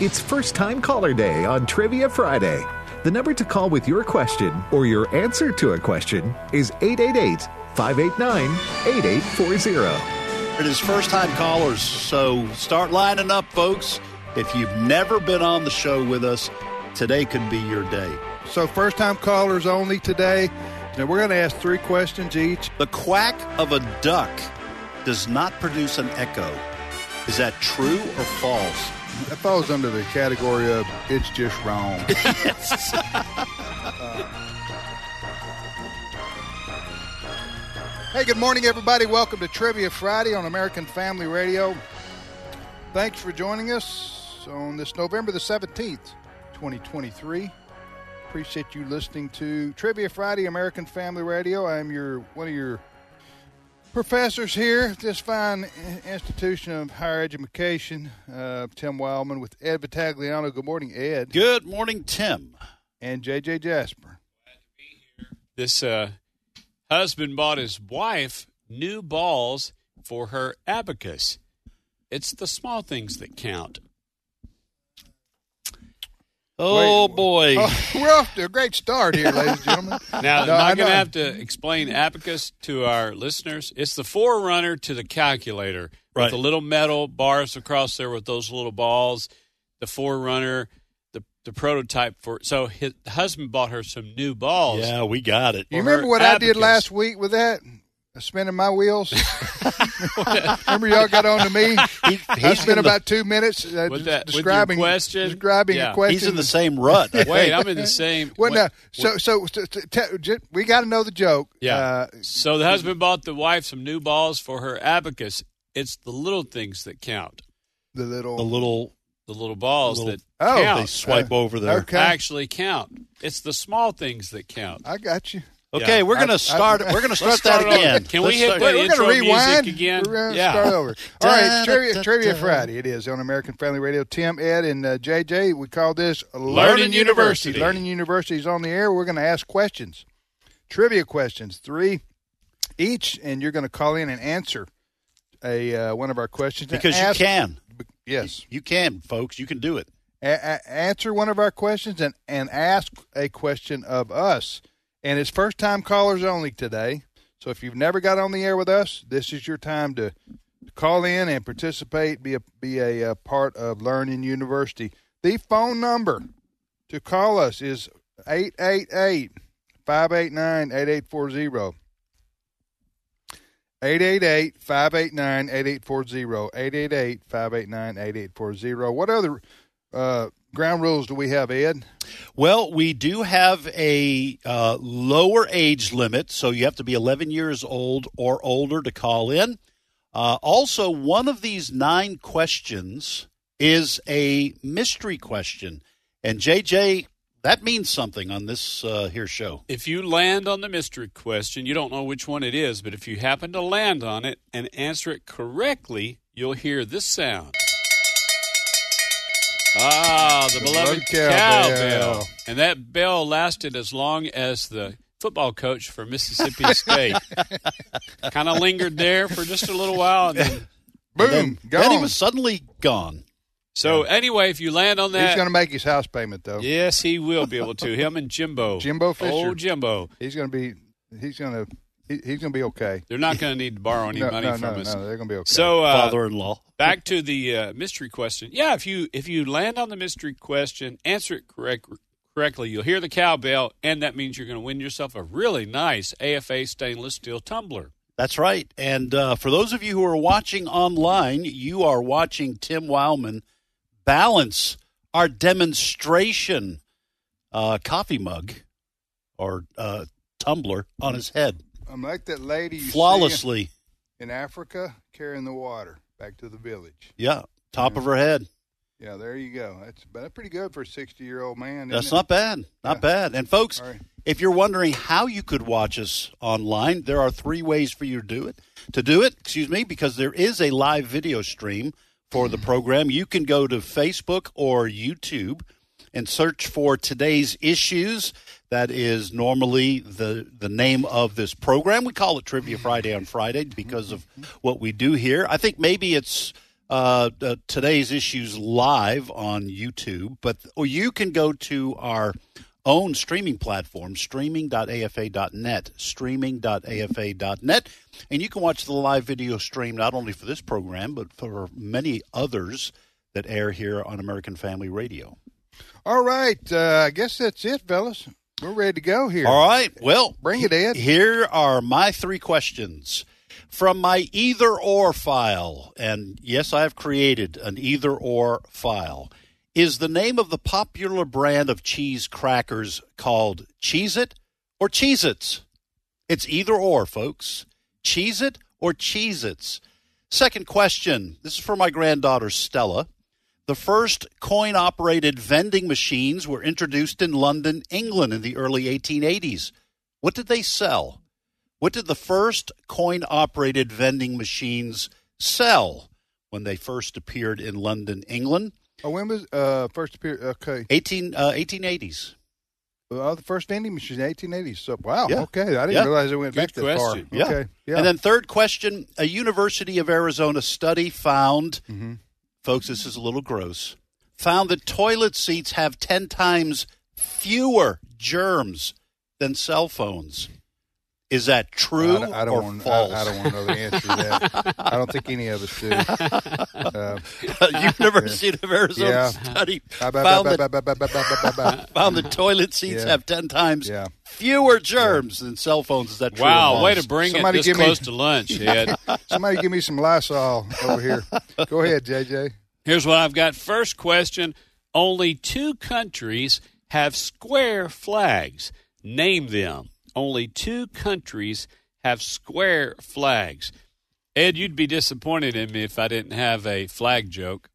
It's First Time Caller Day on Trivia Friday. The number to call with your question or your answer to a question is 888 589 8840. It is first time callers, so start lining up, folks. If you've never been on the show with us, today could be your day. So first time callers only today. Now we're going to ask three questions each. The quack of a duck does not produce an echo. Is that true or false? That falls under the category of it's just wrong. hey, good morning, everybody. Welcome to Trivia Friday on American Family Radio. Thanks for joining us on this November the 17th, 2023. Appreciate you listening to Trivia Friday, American Family Radio. I'm your one of your professors here at this fine i- institution of higher education. Uh, Tim Wildman with Ed Vitagliano. Good morning, Ed. Good morning, Tim. And JJ Jasper. this uh, husband bought his wife new balls for her abacus. It's the small things that count. Oh, boy. Oh, we're off to a great start here, ladies and gentlemen. Now, No, am I, I going to know. have to explain abacus to our listeners? It's the forerunner to the calculator Right. with the little metal bars across there with those little balls. The forerunner, the the prototype for. So his the husband bought her some new balls. Yeah, we got it. You Or remember her what I did abacus. last week with that? Spinning my wheels. remember y'all got on to me. I he's in spent the- about two minutes uh, With d- that- with your describing question? Describing Yeah. a question. He's in the same rut. I Wait, think. I'm in the same. Well, wait. no. So, so, so t- t- j- we got to know the joke. Yeah. Uh, so the husband bought the wife some new balls for her abacus. It's the little things that count. the little. the little The little balls Little- that Oh, count they Uh, swipe over there. okay. actually count. It's the small things that count. I got you. okay, we're I- gonna start. I- we're gonna start Let's that start over. again. Can Let's we hit start- the- Wait, we're intro going to rewind. music again? We're going to Yeah. start over. All right, Da, da, trivia, da, trivia da. Friday. It is on American Family Radio. Tim, Ed, and uh, JJ. We call this Learning, University. Learning University is on the air. We're going to ask questions, trivia questions, three each, and you're going to call in and answer a uh, one of our questions. And because you ask- can. Yes. You can, folks. You can do it. a- a- answer one of our questions and, and ask a question of us. And it's first time callers only today. So if you've never got on the air with us, this is your time to call in and participate, be a, be a, uh part of Learning University. The phone number to call us is 888 589 8840. 888 589 8840. 888 589 8840. What other uh, ground rules do we have, Ed? Well, we do have a uh, lower age limit, so you have to be 11 years old or older to call in. Uh, also, one of these nine questions is a mystery question, and JJ, that means something on this uh, here show. If you land on the mystery question, you don't know which one it is, but if you happen to land on it and answer it correctly, you'll hear this sound. Ah, the, beloved beloved cowbell. cowbell. And that bell lasted as long as the football coach for Mississippi State. kind of lingered there for just a little while. And then, Boom. Then, gone. then he was suddenly gone. so, anyway, if you land on He's that, going to make his house payment, though. yes, he will be able to. Him and Jimbo. Jimbo Fisher. Oh, Jimbo. He's going to be. He's going to. He, he's going to be okay. They're not going to need to borrow any no, money no, from no, us. no, they're going to be okay. So uh, Father-in-law. back to the uh, mystery question. Yeah, if you if you land on the mystery question, answer it correct, correctly, you'll hear the cowbell, and that means you're going to win yourself a really nice AFA stainless steel tumbler. That's right. And uh, for those of you who are watching online, you are watching Tim Wildman balance our demonstration uh, coffee mug or uh, tumbler on his head I'm like that lady you see flawlessly. in Africa carrying the water back to the village. Yeah, top of her head. Yeah, there you go. That's but that's pretty good for a 60 year old man. That's isn't not bad. Not bad. And folks, All right. if you're wondering how you could watch us online, there are three ways for you to do it. To do it, excuse me, because there is a live video stream for the program. You can go to Facebook or YouTube and search for today's issues. That is normally the the name of this program. We call it Trivia Friday on Friday because of what we do here. I think maybe it's uh, uh, today's issues live on YouTube, but or you can go to our own streaming platform, streaming.afa.net, streaming.afa.net, and you can watch the live video stream not only for this program, but for many others that air here on American Family Radio. All right. Uh, I guess that's it, fellas. We're ready to go here. All right. Well, Bring it, Ed. Here are my three questions from my either or file. And yes, I have created an either or file. Is the name of the popular brand of cheese crackers called Cheez It or Cheez Its? It's either or, folks. Cheez It or Cheez Its? Second question this is for my granddaughter, Stella. The first coin operated vending machines were introduced in London, England in the early 1880s. What did they sell? What did the first coin operated vending machines sell when they first appeared in London, England? Oh, when was uh, first appear? Okay. 18, uh, 1880s. Well, the first vending machine, 1880s. So, wow. Yeah. Okay. I didn't Yeah. realize it went Good back that question. far. Yeah. Okay. Yeah. And then, third question a University of Arizona study found, Mm-hmm. folks, this is a little gross, found that toilet seats have 10 times fewer germs than cell phones. Is that true I don't, I don't or want. false? I, I don't want to know the answer to that. I don't think any of us do. Uh, University of Arizona Yeah. study ba- ba- found ba- that ba- ba- ba- ba- ba- ba- ba- found that toilet seats Yeah. have 10 times Yeah. fewer germs than cell phones. Is that true? Wow, way wait to bring Somebody it this give me- close to lunch, Ed. Somebody give me some Lysol over here. Go ahead, JJ. Here's what I've got. First question Only two countries have square flags. Name them. Only two countries have square flags. Ed, you'd be disappointed in me if I didn't have a flag joke.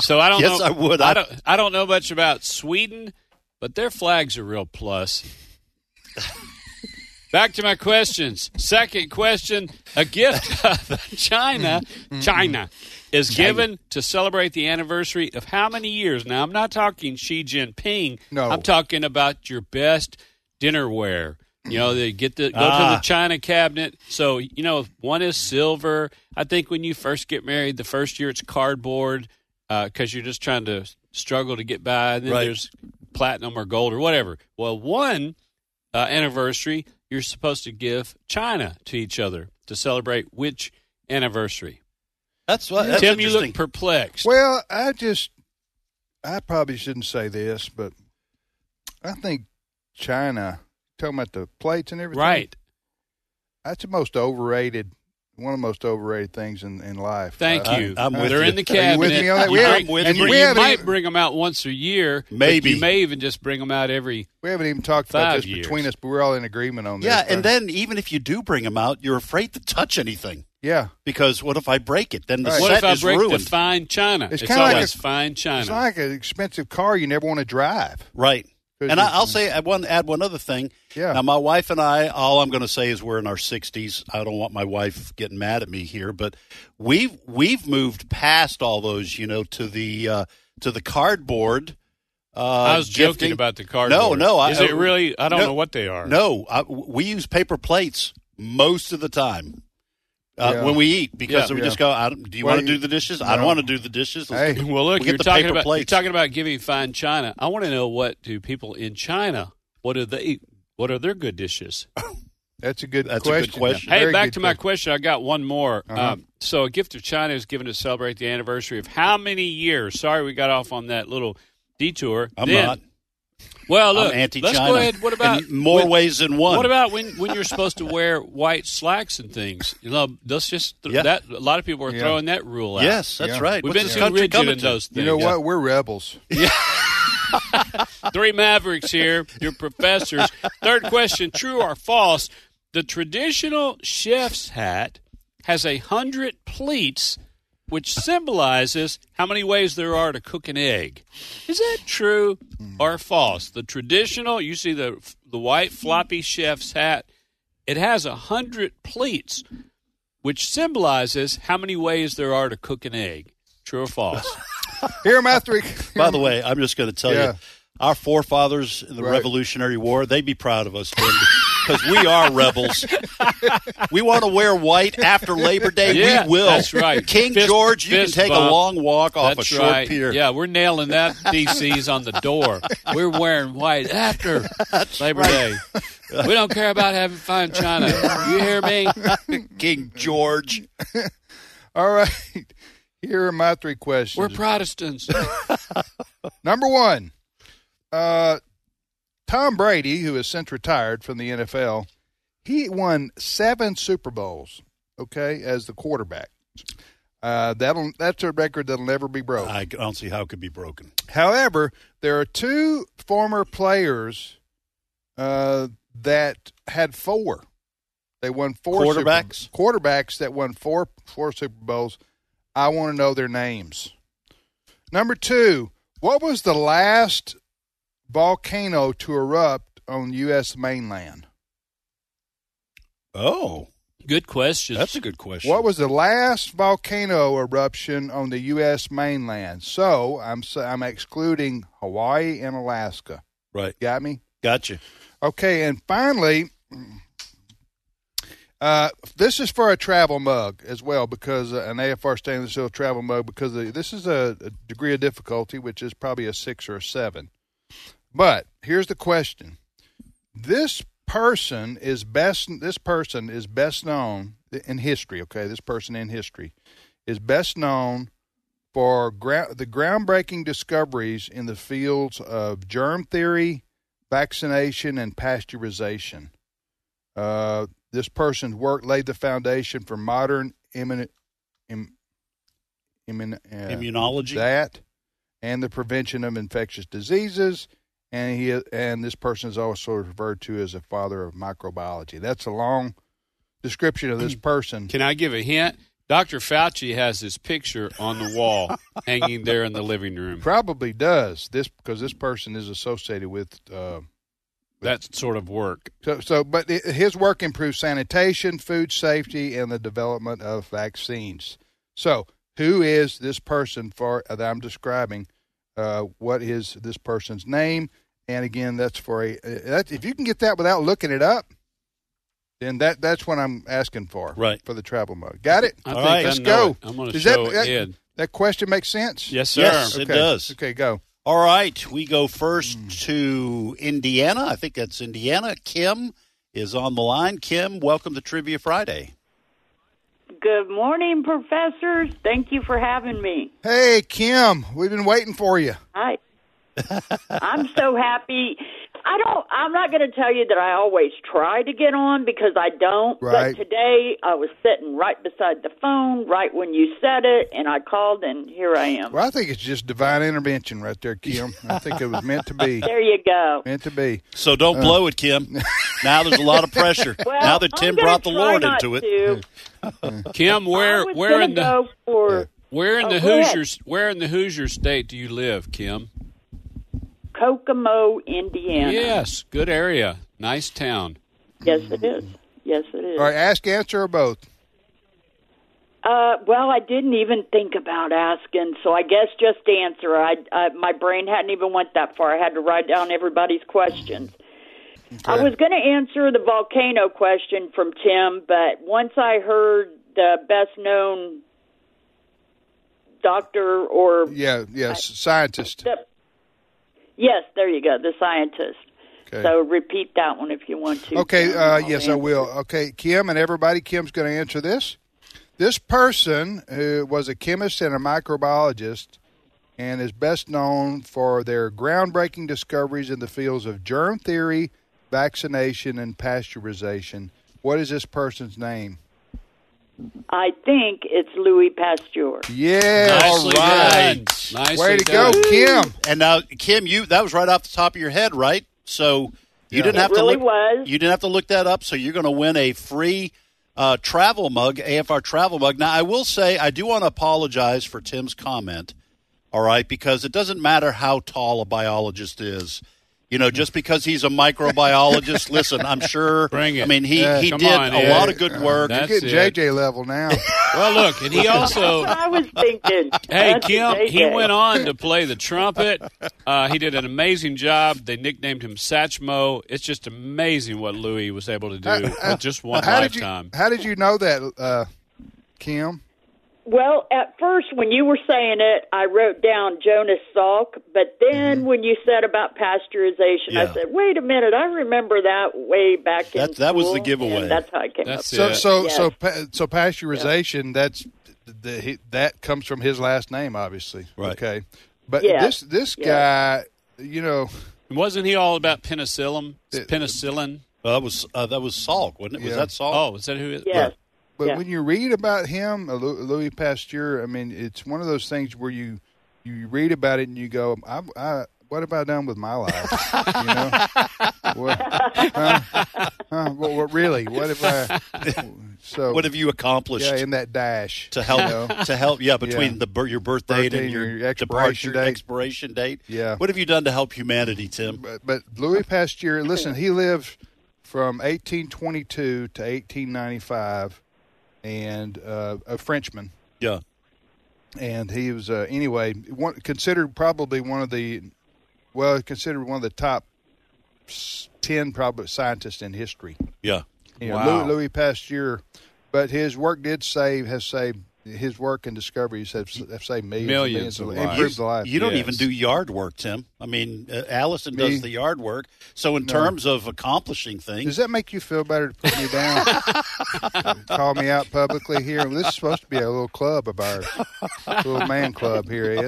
so I don't Yes, know. I would. I I- don't, I don't know much about Sweden, but their flags are real plus. Back to my questions. Second question: A gift of China, China, is given to celebrate the anniversary of how many years? Now, I'm not talking Xi Jinping. No. I'm talking about your best dinnerware. You know, they get the go to Ah. the China cabinet. So you know, one is silver. I think when you first get married, the first year it's cardboard because you're just trying to struggle to get by. And then Right. there's platinum or gold or whatever. Well, one uh, anniversary, you're supposed to give China to each other to celebrate which anniversary. That's what. That's Tim, you interesting. look perplexed. Well, I just, I probably shouldn't say this, but I think China, talking about the plates and everything, right. That's the most overrated, one of the most overrated things in, in life. Thank I- you. I'm with They're you. in Are the you cabinet. with me on that? We You, haven't- bring- you and bring- we you haven't might even- bring them out once a year. but Maybe. you may even just bring them out every. We haven't even talked about Five this years. between us, but we're all in agreement on this. yeah, and huh? then even if you do bring them out, you're afraid to touch anything yeah, because what if I break it? Then the Right. What set if I is break ruined. the fine China? It's It's, kinda like always a- fine China. it's like an expensive car you never want to drive. Right. Because And you- I, I'll say, I want to add one other thing. Yeah. Now, my wife and I, all I'm going to say is we're in our 60s. I don't want my wife getting mad at me here, but we've we've moved past all those, you know, to the uh, to the cardboard. Uh, I was joking gifting. about the cardboard. No, no, I- uh, is it really? I don't No. know what they are. No, I, we use paper plates most of the time. Uh, Yeah. When we eat, because Yeah. we just go. I don't, do you Well, want to you- do the dishes? I No. don't want to do the dishes. Let's Hey. get- Well, look, we'll get you're the talking paper about plates. you're talking about giving fine China. I want to know what do people in China? What do they? eat? What are their good dishes? That's a good That's a good question. question. Hey, Very back good to my question. question. I got one more. Uh-huh. Um, so, a gift of China is given to celebrate the anniversary of how many years? Sorry, we got off on that little detour. I'm Then- not. Well, look, I'm anti-China. let's go ahead. What about in more when- ways than one? What about when, when you're supposed to wear white slacks and things? You know, that's just Yeah. that. A lot of people are Yeah. throwing that rule out. Yes, that's Yeah. right. we've What's been this too country rigid coming in to? those things. You know what? We're rebels. Three Mavericks here, your professors. Third question true or false? The traditional chef's hat has a hundred pleats, which symbolizes how many ways there are to cook an egg. Is that true or false? The traditional, you see the, the white floppy chef's hat, it has a hundred pleats, which symbolizes how many ways there are to cook an egg. True or false? Here are my three. By the way, I'm just going to tell Yeah. you, our forefathers in the Right. Revolutionary War, they'd be proud of us. Tim. because we are rebels. we want to wear white after Labor Day. Yeah, we will. that's right. King Fist- George, you can fist take a bump. long walk off That's a short right. pier. Yeah, we're nailing that DC's on the door. We're wearing white after Labor Day. We don't care about having fun, China. You hear me? King George. All right. Here are my three questions. We're Protestants. Number one, uh, Tom Brady, who is since retired from the NFL, he won seven Super Bowls. Okay, as the quarterback, uh, that'll that's a record that'll never be broken. I don't see how it could be broken. However, there are two former players uh, that had four. They won four Super- Quarterbacks? quarterbacks that won four four Super Bowls. I want to know their names. Number two, what was the last volcano to erupt on U.S. mainland? Oh, Good question. that's a good question. What was the last volcano eruption on the U.S. mainland? So I'm s- I'm excluding Hawaii and Alaska. right? Got me? Gotcha. Okay, and finally, uh, this is for a travel mug as well because uh, an AFR stainless steel travel mug because the, this is a, a degree of difficulty which is probably a six or a seven. But here's the question: This person is best. This person is best known in history. Okay, this person in history is best known for gra- the groundbreaking discoveries in the fields of germ theory, vaccination, and pasteurization. Uh, this person's work laid the foundation for modern immun- Im- immun- uh, Immunology. that and the prevention of infectious diseases. And he and this person is also referred to as a father of microbiology. That's a long description of this person. Can I give a hint? Dr. Fauci has his picture on the wall hanging there in the living room. Probably does this because this person is associated with. Uh, That sort of work. so, so, but i- his work improves sanitation, food safety, and the development of vaccines. So, who is this person for that I'm describing? Uh, what is this person's name? And again, that's for a. uh, That, if you can get that without looking it up, then that that's what I'm asking for. Right. for the travel mode. Got it. I All think right, I Let's know go. it. I'm going to Does show that, that, Ed. that question make sense? Yes, sir. Yes. it does. Okay, go. All right, we go first Hmm. to Indiana. I think that's Indiana. Kim is on the line. Kim, welcome to Trivia Friday. Good morning, professors. Thank you for having me. Hey, Kim, we've been waiting for you. Hi. I'm so happy. I don't I'm not going to tell you that I always try to get on because I don't, Right. but today I was sitting right beside the phone right when you said it and I called and here I am. Well, I think it's just divine intervention right there, Kim. I think it was meant to be. There you go. Meant to be. So don't blow it, Kim. now there's a lot of pressure. Uh. Well, now that Tim I'm gonna brought the try Lord not into it. to. Kim, I where was where gonna in the go for where in Oh, the go ahead. Hoosier where in the Hoosier state do you live, Kim? Kokomo, Indiana. Yes, good area. Nice town. Yes it is. Yes it is. All right, ask, answer, or both. Uh, well, I didn't even think about asking, so I guess just answer. I, I my brain hadn't even went that far. I had to write down everybody's questions. I was going to answer the volcano question from Tim, but once I heard the best known doctor or Yeah, yes, scientist. the, yes, there you go, the scientist. Okay. So repeat that one if you want to. Okay, Tim. uh, I'll yes, I answer. will. Okay, Kim and everybody, Kim's going to answer this. This person who was a chemist and a microbiologist and is best known for their groundbreaking discoveries in the fields of germ theory, vaccination, and pasteurization. What is this person's name? I think it's Louis Pasteur. Yeah. all Nicely right. done. Nicely Way to done. go, Kim. And now, Kim, you that was right off the top of your head, right? So you didn't It have really to look, was. You didn't have to look that up. So you're going to win a free uh, travel mug, AFR travel mug. Now, I will say, I do want to apologize for Tim's comment. All right, because it doesn't matter how tall a biologist is. You know, just because he's a microbiologist, listen, I'm sure. Bring it. I mean, he, Yeah, he come did on, a Ed. lot of good work. That's You're getting it. JJ level now. Well, look, and he also I was thinking. Hey, that's Kim, he JJ. went on to play the trumpet. Uh, he did an amazing job. They nicknamed him Satchmo. It's just amazing what Louis was able to do with just one Uh, how did you lifetime. How did you know that, uh, Kim? Well, at first, when you were saying it, I wrote down Jonas Salk, but then when you said about pasteurization, Yeah. I said, wait a minute, I remember that way back in That- that was the school," giveaway. and that's how I came That's up So so Yeah. Yes. so pa- so pasteurization. That's the, he- that comes from his last name, obviously. Right. Okay, but Yes. this this guy, you know, Wasn't he all about penicillin? Uh, Penicillin. Well, that was uh, that was Salk, wasn't it? Yeah. Was that Salk? Oh, is that who? It, with. Yes. but Yeah. when you read about him, uh, Lou- Louis Pasteur, I mean, it's one of those things where you you read about it and you go, I, I, "What have I done with my life?" you know, what, huh? Huh? What- what- really? What have I? So What have you accomplished? yeah, in that dash to help you know? to help yeah between Yeah. the bir- your birth date Birthday and your, your expiration departure date. expiration date Yeah. what have you done to help humanity tim but, but Louis Pasteur, listen, he lived from 1822 to 1895, and uh, a Frenchman. yeah And he was uh, anyway one, considered probably one of the well considered one of the top s- ten probably scientists in history. yeah You know, Wow. Louis, Louis Pasteur, but his work did save has saved his work and discoveries have, s- have saved millions, and Millions of lives. improved lives. you don't yes. even do yard work tim i mean uh, allison Me? does the yard work so in terms of accomplishing Does things that make you feel better to put me down? Call me out publicly here. This is supposed to be a little club of ours, a little man club here, Ed.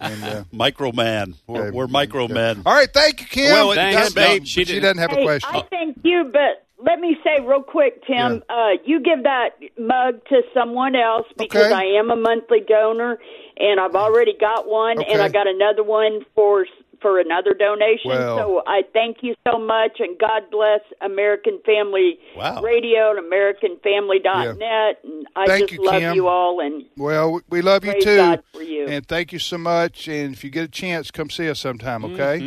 And, uh, microman we're, Okay. we're microman all right, thank you, Kim. Well, thanks, That's- babe. no, She She, didn't- doesn't have a Hey, question. I Oh. thank you, but let me say real quick, Tim, uh, you give that mug to someone else because Okay. I am a monthly donor, and I've already got one, Okay. and I got another one for for another donation. Well- so I thank you so much, and God bless American Family Wow. Radio and AmericanFamily.net. dot net. And I Thank just you, love Kim. you all, and well, we- we love you Praise too, God for you. and thank you so much. And if you get a chance, come see us sometime, okay?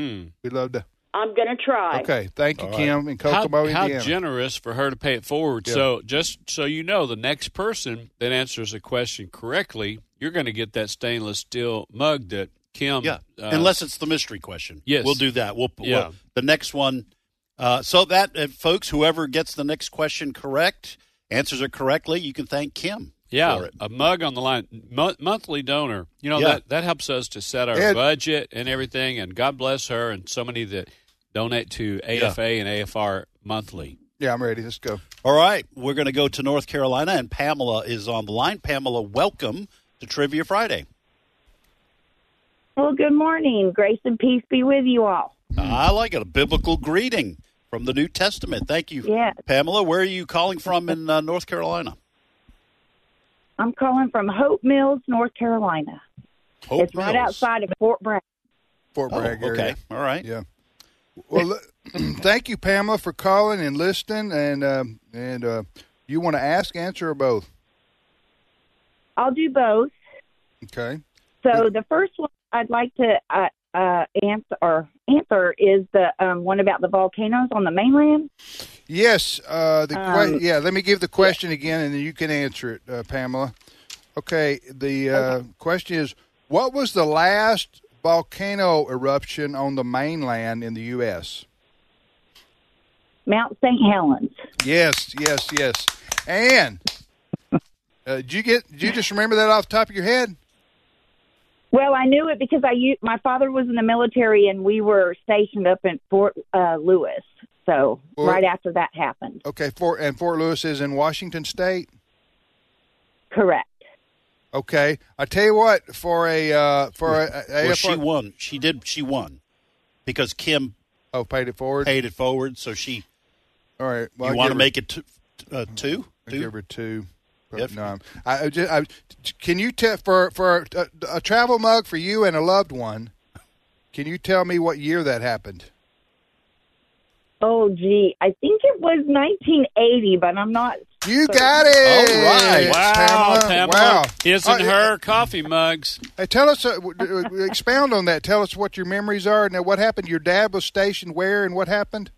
We'd love to. I'm gonna try. Okay, thank you, Kim, in How, Kokomo, how Indiana. generous for her to pay it forward. So just so you know, the next person that answers a question correctly, you're going to get that stainless steel mug that Kim. Um, yeah uh, unless it's the mystery question Yes. we'll do that we'll, we'll- Yeah. the next one uh, so that uh, folks whoever gets the next question correct answers it correctly you can thank kim Yeah, for it a mug on the line, Mo- monthly donor. You know Yeah. that that helps us to set our Ed- budget and everything. And God bless her and so many that donate to AFA and AFR monthly. yeah, I'm ready. Let's go. All right, we're going to go to North Carolina, and Pamela is on the line. Pamela, welcome to Trivia Friday. Well, good morning. Grace and peace be with you all. Mm-hmm. I like it, a biblical greeting from the New Testament. Thank you, Yes. Pamela. Where are you calling from in uh, North Carolina? I'm calling from Hope Mills, North Carolina. Hope it's right Mills. outside of Fort Bragg. Fort Oh, Bragg area. okay, all right. Yeah. Well, l- thank you, Pamela, for calling and listening. And um, and uh, you want to ask, answer, or both? I'll do both. Okay. So the first one I'd like to uh, uh, answer or answer is the um, one about the volcanoes on the mainland. Yes. Uh, the que- Um, yeah. Let me give the question again, and then you can answer it, uh, Pamela. Okay. The uh, question is: What was the last volcano eruption on the mainland in the U.S.? Mount St. Helens. Yes. Yes. Yes. And uh, did you get? Did you just remember that off the top of your head? Well, I knew it because I u- my father was in the military and we were stationed up in Fort uh, Lewis. So Well- right after that happened, oh. Okay. Fort and Fort Lewis is in Washington State. correct. Okay, I tell you what, for a uh, for a, a Well, AFR she won. She did. She won because Kim oh paid it forward. paid it forward. So she. All right, well, you I want to give make it t- t- uh, two? her, I Two? give her two. Yep. No, I'm- I, I just, I, can you tell for for a, a travel mug for you and a loved one? Can you tell me what year that happened? Oh, gee. I think it was 1980, but I'm not You got it. All right. Wow, Pamela. Pamela Wow. isn't Uh, her coffee mugs. Hey, tell us, uh, w- w- expound on that. Tell us what your memories are. Now, what happened? Your dad was stationed where and what happened?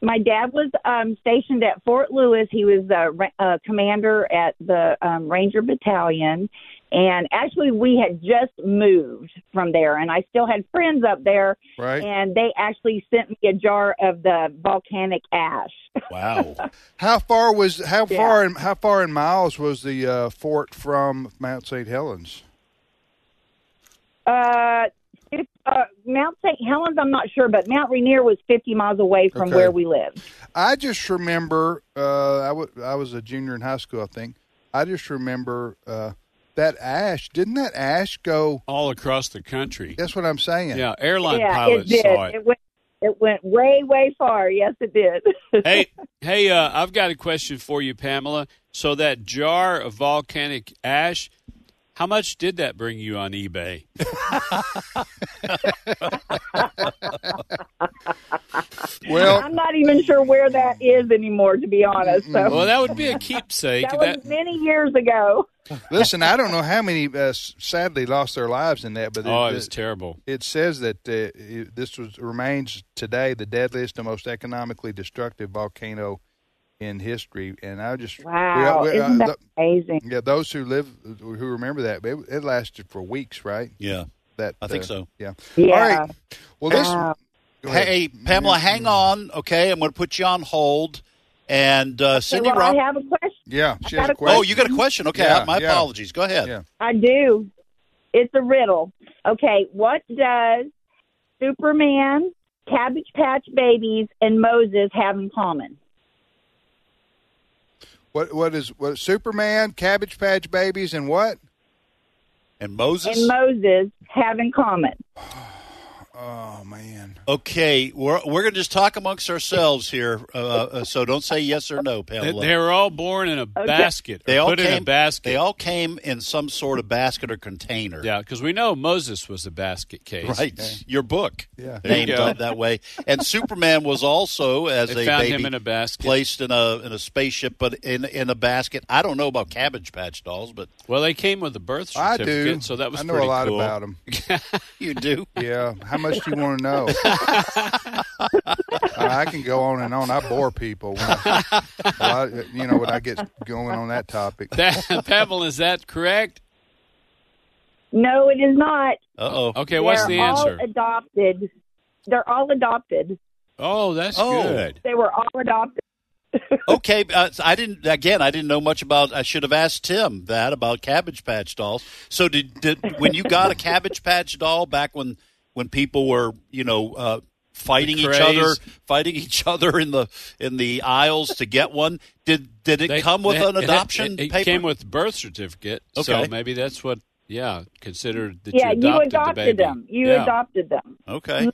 My dad was um, stationed at Fort Lewis. He was the ra- uh, commander at the um, Ranger Battalion. And actually, we had just moved from there, and I still had friends up there. Right. And they actually sent me a jar of the volcanic ash. Wow. How far was how Yeah. far in how far in miles was the uh, fort from Mount St. Helens? Uh, if, uh, Mount St. Helens, I'm not sure, but Mount Rainier was 50 miles away from Okay. where we lived. I just remember uh, I wa- I was a junior in high school, I think. I just remember uh, that ash. Didn't that ash go? all across the country. That's what I'm saying. Yeah, airline yeah, it pilots did. saw it. went, it went way, way far. Yes, it did. hey, hey, uh, I've got a question for you, Pamela. So that jar of volcanic ash, how much did that bring you on eBay? Well, I'm not even sure where that is anymore, to be honest. So Well, that would be a keepsake. that was many years ago. listen, I don't know how many uh, s- sadly lost their lives in that, but oh, it, it was terrible. it says that uh, it, this was remains today the deadliest and most economically destructive volcano in history. And I just Wow, we- we- isn't uh, that amazing? th- yeah, those who live who remember that, but it, it lasted for weeks, right? Yeah. That I think uh, so. Yeah. Yeah. All right. Well, this. Wow. go ahead. Hey, Pamela, hang Mm-hmm. on. Okay, I'm going to put you on hold. And uh, Cindy well, Rob. I have a question. Yeah, she I has got a a question. Oh, you Mm-hmm. got a question? Okay, Yeah, my yeah. apologies. Go ahead. Yeah. I do. It's a riddle. Okay, what does Superman, Cabbage Patch Babies, and Moses have in common? What what is what Superman, Cabbage Patch Babies, and what? And Moses. And Moses have in common. Oh man, okay, we're we're going to just talk amongst ourselves here. Uh, uh, so don't say yes or no, They, Pamela. they were all born in a basket. or They all put came. in a basket. They all came in some sort of basket or container. yeah, because we know Moses was a basket case. Right, your book Yeah. There you named go. it that way, and Superman was also as They a found baby him in a basket. placed in a in a spaceship, but in in a basket. I don't know about Cabbage Patch dolls, but Well, they came with a birth I certificate, do. so that was I know pretty a lot cool. about them. you do. Yeah, how much do you want to know? I I can go on and on. I bore people. When I, well, I- you know when I get going on that topic. That, Pamela, is that correct? No, it is not. Uh oh. Okay, what's They're the all answer? adopted. They're all adopted. Oh, that's Oh. good. They were all adopted. Okay, uh, I didn't. Again, I didn't know much about. I should have asked Tim that about Cabbage Patch dolls. So, did, did when you got a Cabbage Patch doll back when when people were you know uh, fighting The each other, craze. fighting each other in the in the aisles to get one? Did did it They- come with they- an it- adoption It, it paper? came with birth certificate, so Okay. maybe that's what. Yeah, considered that yeah, you you adopted, the baby. adopted them. You Yeah. adopted them. okay.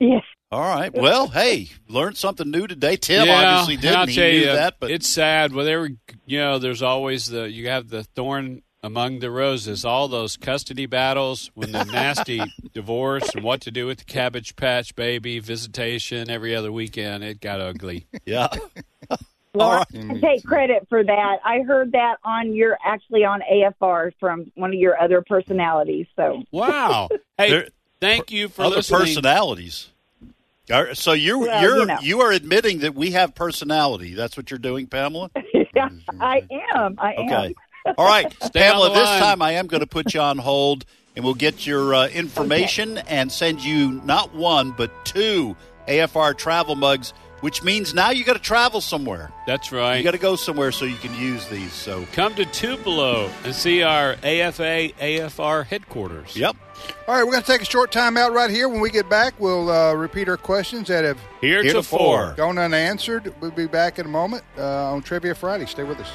Yes. All right. Well, hey, learned something new today. Tim obviously and I'll didn't. He tell knew you, that, but it's sad. Well, there, were- you know, there's always the you have the thorn among the roses. All those custody battles, when the nasty divorce, and what to do with the Cabbage Patch Baby visitation every other weekend. It got ugly. yeah. Well, All right. I can take credit for that. I heard that on your actually on AFR from one of your other personalities. So Wow. Hey, There- thank you for other listening. personalities. All right, So you're Well, you're you, you know. are admitting that we have personality. That's what you're doing, Pamela. I am. I am. Mm-hmm. Okay. All right, Pamela. on the This line. time I am going to put you on hold, and we'll get your uh, information and send you not one but two AFR travel mugs. Which means now you got to travel somewhere. That's right. You got to go somewhere so you can use these. So Come to Tupelo and see our AFA AFR headquarters. yep. All right, we're going to take a short time out right here. When we get back, we'll uh, repeat our questions that have Here, Here to to four. four. gone unanswered. We'll be back in a moment uh, on Trivia Friday. Stay with us.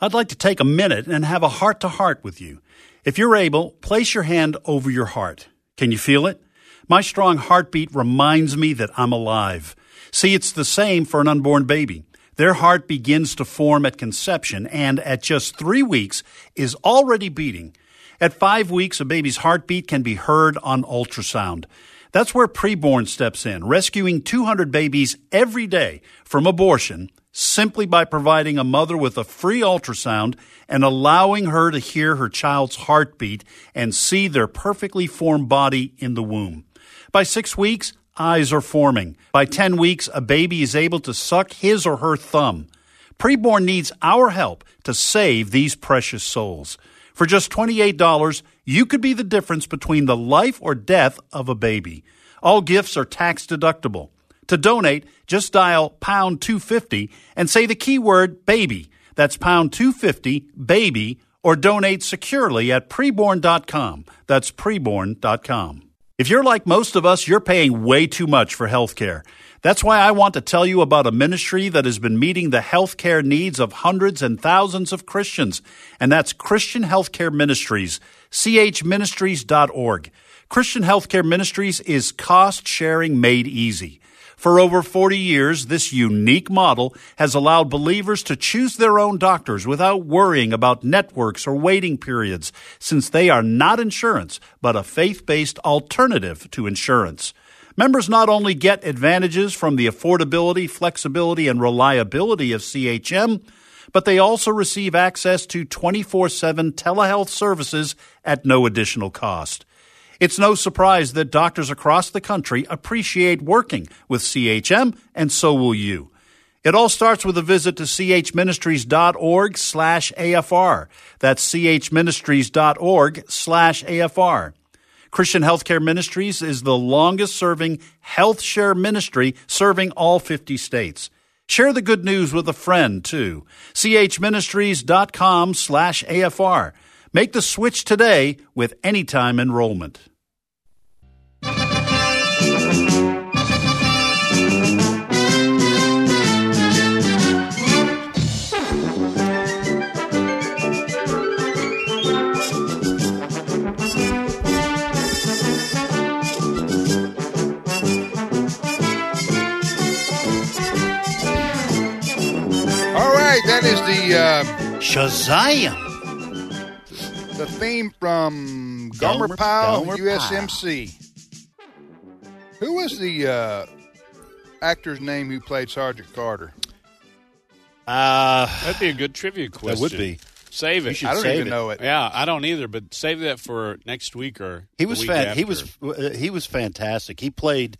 I'd like to take a minute and have a heart to heart with you. If you're able, place your hand over your heart. Can you feel it? My strong heartbeat reminds me that I'm alive. See, it's the same for an unborn baby. Their heart begins to form at conception and at just three weeks is already beating. At five weeks, a baby's heartbeat can be heard on ultrasound. That's where preborn steps in, rescuing 200 babies every day from abortion simply by providing a mother with a free ultrasound and allowing her to hear her child's heartbeat and see their perfectly formed body in the womb. By six weeks, eyes are forming. By 10 weeks, a baby is able to suck his or her thumb. Preborn needs our help to save these precious souls. For just $28, you could be the difference between the life or death of a baby. All gifts are tax deductible. To donate, just dial pound 250 and say the keyword baby. That's pound 250 baby or donate securely at preborn.com. That's preborn.com. If you're like most of us, you're paying way too much for healthcare. That's why I want to tell you about a ministry that has been meeting the healthcare needs of hundreds and thousands of Christians, and that's Christian Healthcare Ministries, chministries.org. Christian Healthcare Ministries is cost sharing made easy. For over 40 years, this unique model has allowed believers to choose their own doctors without worrying about networks or waiting periods, since they are not insurance, but a faith based alternative to insurance. Members not only get advantages from the affordability, flexibility, and reliability of CHM, but they also receive access to 24 7 telehealth services at no additional cost. It's no surprise that doctors across the country appreciate working with CHM, and so will you. It all starts with a visit to chministries.org slash AFR. That's chministries.org slash AFR. Christian Healthcare Ministries is the longest serving health share ministry serving all 50 states. Share the good news with a friend too. chministries.com slash AFR. Make the switch today with Anytime Enrollment. All right, that is the uh, Shazam! the theme from Gomer- Gomer Pyle Gomer Pyle. USMC. Who was the uh, actor's name who played Sergeant Carter? Uh, That'd be a good trivia question. that would be. Save You it. should I don't save even Oh, it. know it. Yeah, I don't either, but save that for next week or He the was week fan- he after. was uh, he was fantastic. He played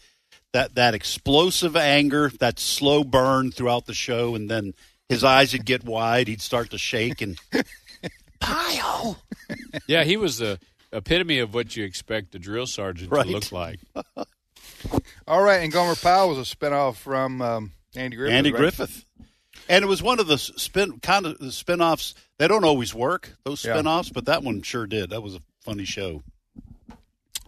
that that explosive anger, that slow burn throughout the show, and then his eyes would get wide. He'd start to shake and Pyle. Yeah, he was the epitome of what you expect a drill sergeant Right. to look like. All right, and Gomer Pyle was a spinoff from um, Andy Griffith. Andy right? Griffith. And it was one of the s- spin kind of the spin-offs. They don't always work those Yeah. spin-offs, but that one sure did. That was a funny show.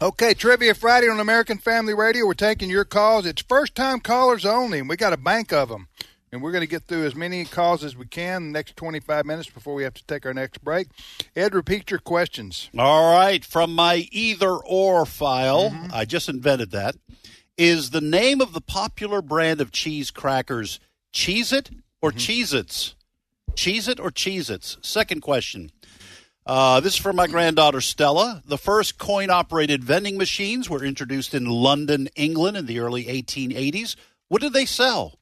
Okay, Trivia Friday on American Family Radio. We're taking your calls. It's first time callers only, and we got a bank of them. And we're going to get through as many calls as we can in the next 25 minutes before we have to take our next break. Ed, repeat your questions. All right, from my either or file, I just invented that. Is the name of the popular brand of cheese crackers Cheez It or Cheez Its? Cheez It or Cheez Its? Second question. Uh, this is from my granddaughter Stella. The first coin operated vending machines were introduced in London, England in the early 1880s. What did they sell?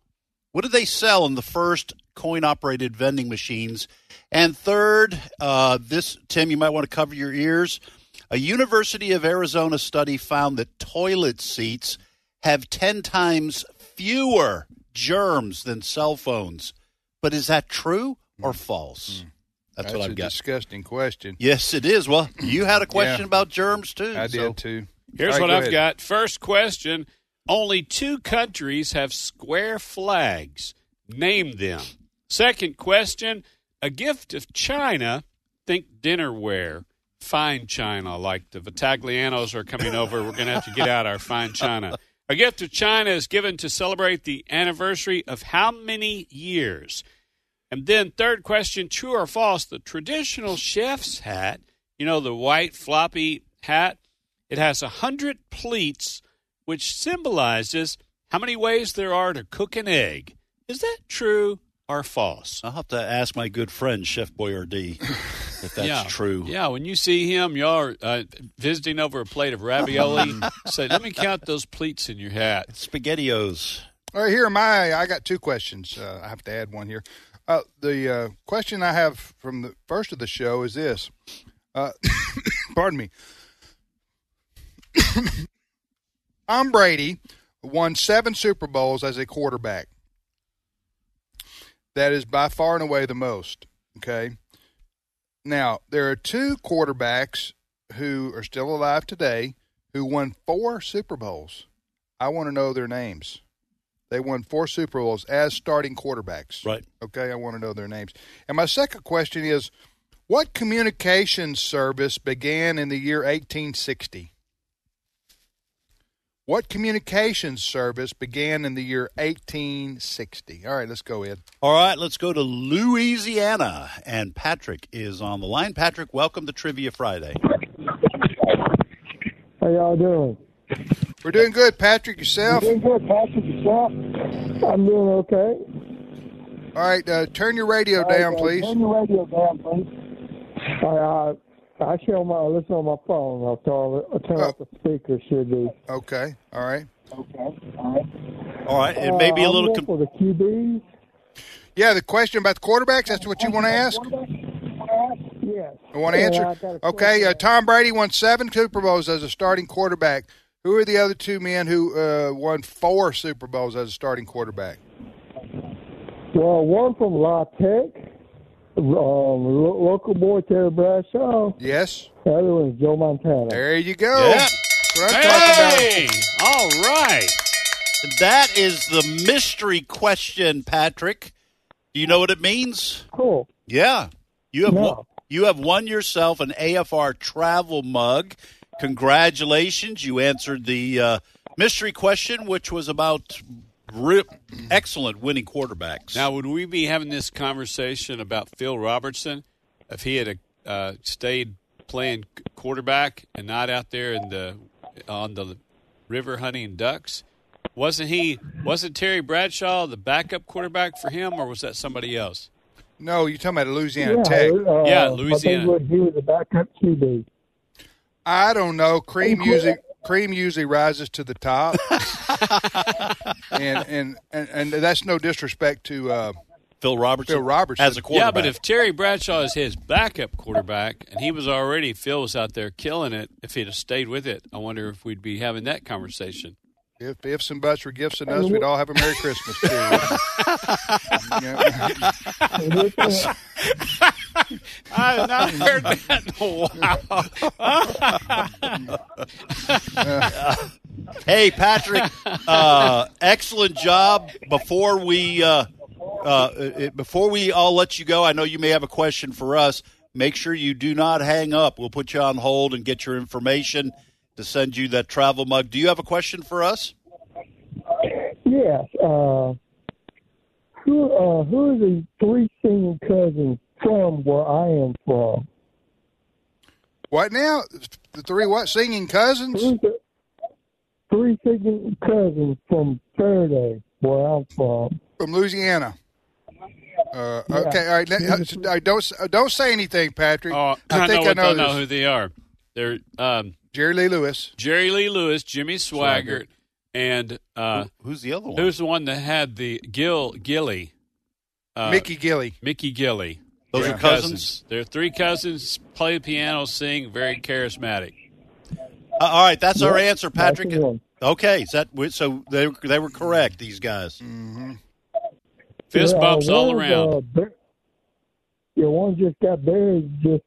What did they sell in the first coin operated vending machines? And third, uh, this, Tim, you might want to cover your ears. A University of Arizona study found that toilet seats have 10 times fewer germs than cell phones. But is that true or false? That's, what a I've got. disgusting question. Yes, it is. Well, you had a question about germs too. I did so- too. Here's All right, what go I've ahead. got. First question. Only two countries have square flags. Name them. Second question. A gift of China. Think dinnerware. Fine China, like the Vitaglianos are coming over. We're going to have to get out our fine China. A gift of China is given to celebrate the anniversary of how many years? And then, third question true or false? The traditional chef's hat, you know, the white floppy hat, it has a 100 pleats, which symbolizes how many ways there are to cook an egg. Is that true or false? I'll have to ask my good friend Chef Boyardee if that's yeah. true. Yeah, when you see him, y'all are uh, visiting over a plate of ravioli. say, let me count those pleats in your hat. Spaghettios. All right, here are my. I got two questions. Uh, I have to add one here. Uh, the uh, question I have from the first of the show is this. Uh, pardon me. Tom Brady won seven Super Bowls as a quarterback. That is by far and away the most. Okay. Now, there are two quarterbacks who are still alive today who won four Super Bowls. I want to know their names. They won four Super Bowls as starting quarterbacks. Right. Okay, I want to know their names. And my second question is what communications service began in the year 1860? What communications service began in the year 1860? All right, let's go, Ed. All right, let's go to Louisiana. And Patrick is on the line. Patrick, welcome to Trivia Friday. How y'all doing? We're doing good, Patrick. Yourself? Doing good, Patrick. Yourself? I'm doing okay. All right, uh, turn your radio All right, down, uh, please. Turn your radio down, please. I, I, actually, on my, listen on my phone. I'll turn, I'll turn off the Oh. speaker, should be. Okay, all right. Okay. All right. All right, it may be a I'm little. here Com- for the QBs. Yeah, the question about the quarterbacks, that's what you want to ask? Yes. You want to Yeah, I got answer? a Okay, uh, question. Tom Brady won seven Super Bowls as a starting quarterback. Who are the other two men who uh, won four Super Bowls as a starting quarterback? well, one from La Tech, um, lo- local boy Terry Bradshaw. Yes, The other one's Joe Montana. there you go. Yeah. That's what I'm talking about. Hey! All right. that is the mystery question, Patrick. Do you know what it means? Cool. Yeah. You have No. won, you have won yourself an AFR travel mug. Congratulations. You answered the uh, mystery question which was about ri excellent winning quarterbacks. Now, would we be having this conversation about Phil Robertson if he had uh, stayed playing quarterback and not out there in the on the river hunting ducks? Wasn't he? Wasn't Terry Bradshaw the backup quarterback for him, or was that somebody else? No, you're talking about Louisiana Yeah, Tech. uh, Yeah, I Louisiana. think what he was a backup QB. I don't know. Cream usually cream usually rises to the top, and, and and and that's no disrespect to uh, Phil Robertson. Phil Robertson. As a quarterback. Yeah, but if Terry Bradshaw is his backup quarterback and he was already Phil was out there killing it, if he'd have stayed with it, I wonder if we'd be having that conversation. if ifs and buts were gifts and us, we'd all have a Merry Christmas too. Yeah. I've not heard that in a while. Hey, Patrick, uh, excellent job. Before we uh, uh, it- before we all let you go, I know you may have a question for us. Make sure you do not hang up. We'll put you on hold and get your information to send you that travel mug. Do you have a question for us? Yes. Uh, who uh, who are the three senior cousins from where I am from? What now? The three what singing cousins? Who's the three senior cousins from Faraday, where I'm from? from Louisiana. Uh, okay, all right. Let, Mm-hmm. all right, don't uh, don't say anything, Patrick. Oh, I think I know, what- this. who they are. They're um, Jerry Lee Lewis. Jerry Lee Lewis, Jimmy Swaggart, and uh, Who's the other one? who's the one that had the Gill Gilly? Uh, Mickey Gilly. Mickey Gilly. Those Three are cousins? They're three cousins. Play the piano, sing, very charismatic. Uh, all right, that's our answer, That's Patrick. the one. Okay, is that so they they were correct. These guys. Fist Yeah, bumps all one's, around. Uh, bur- yeah, one just got buried just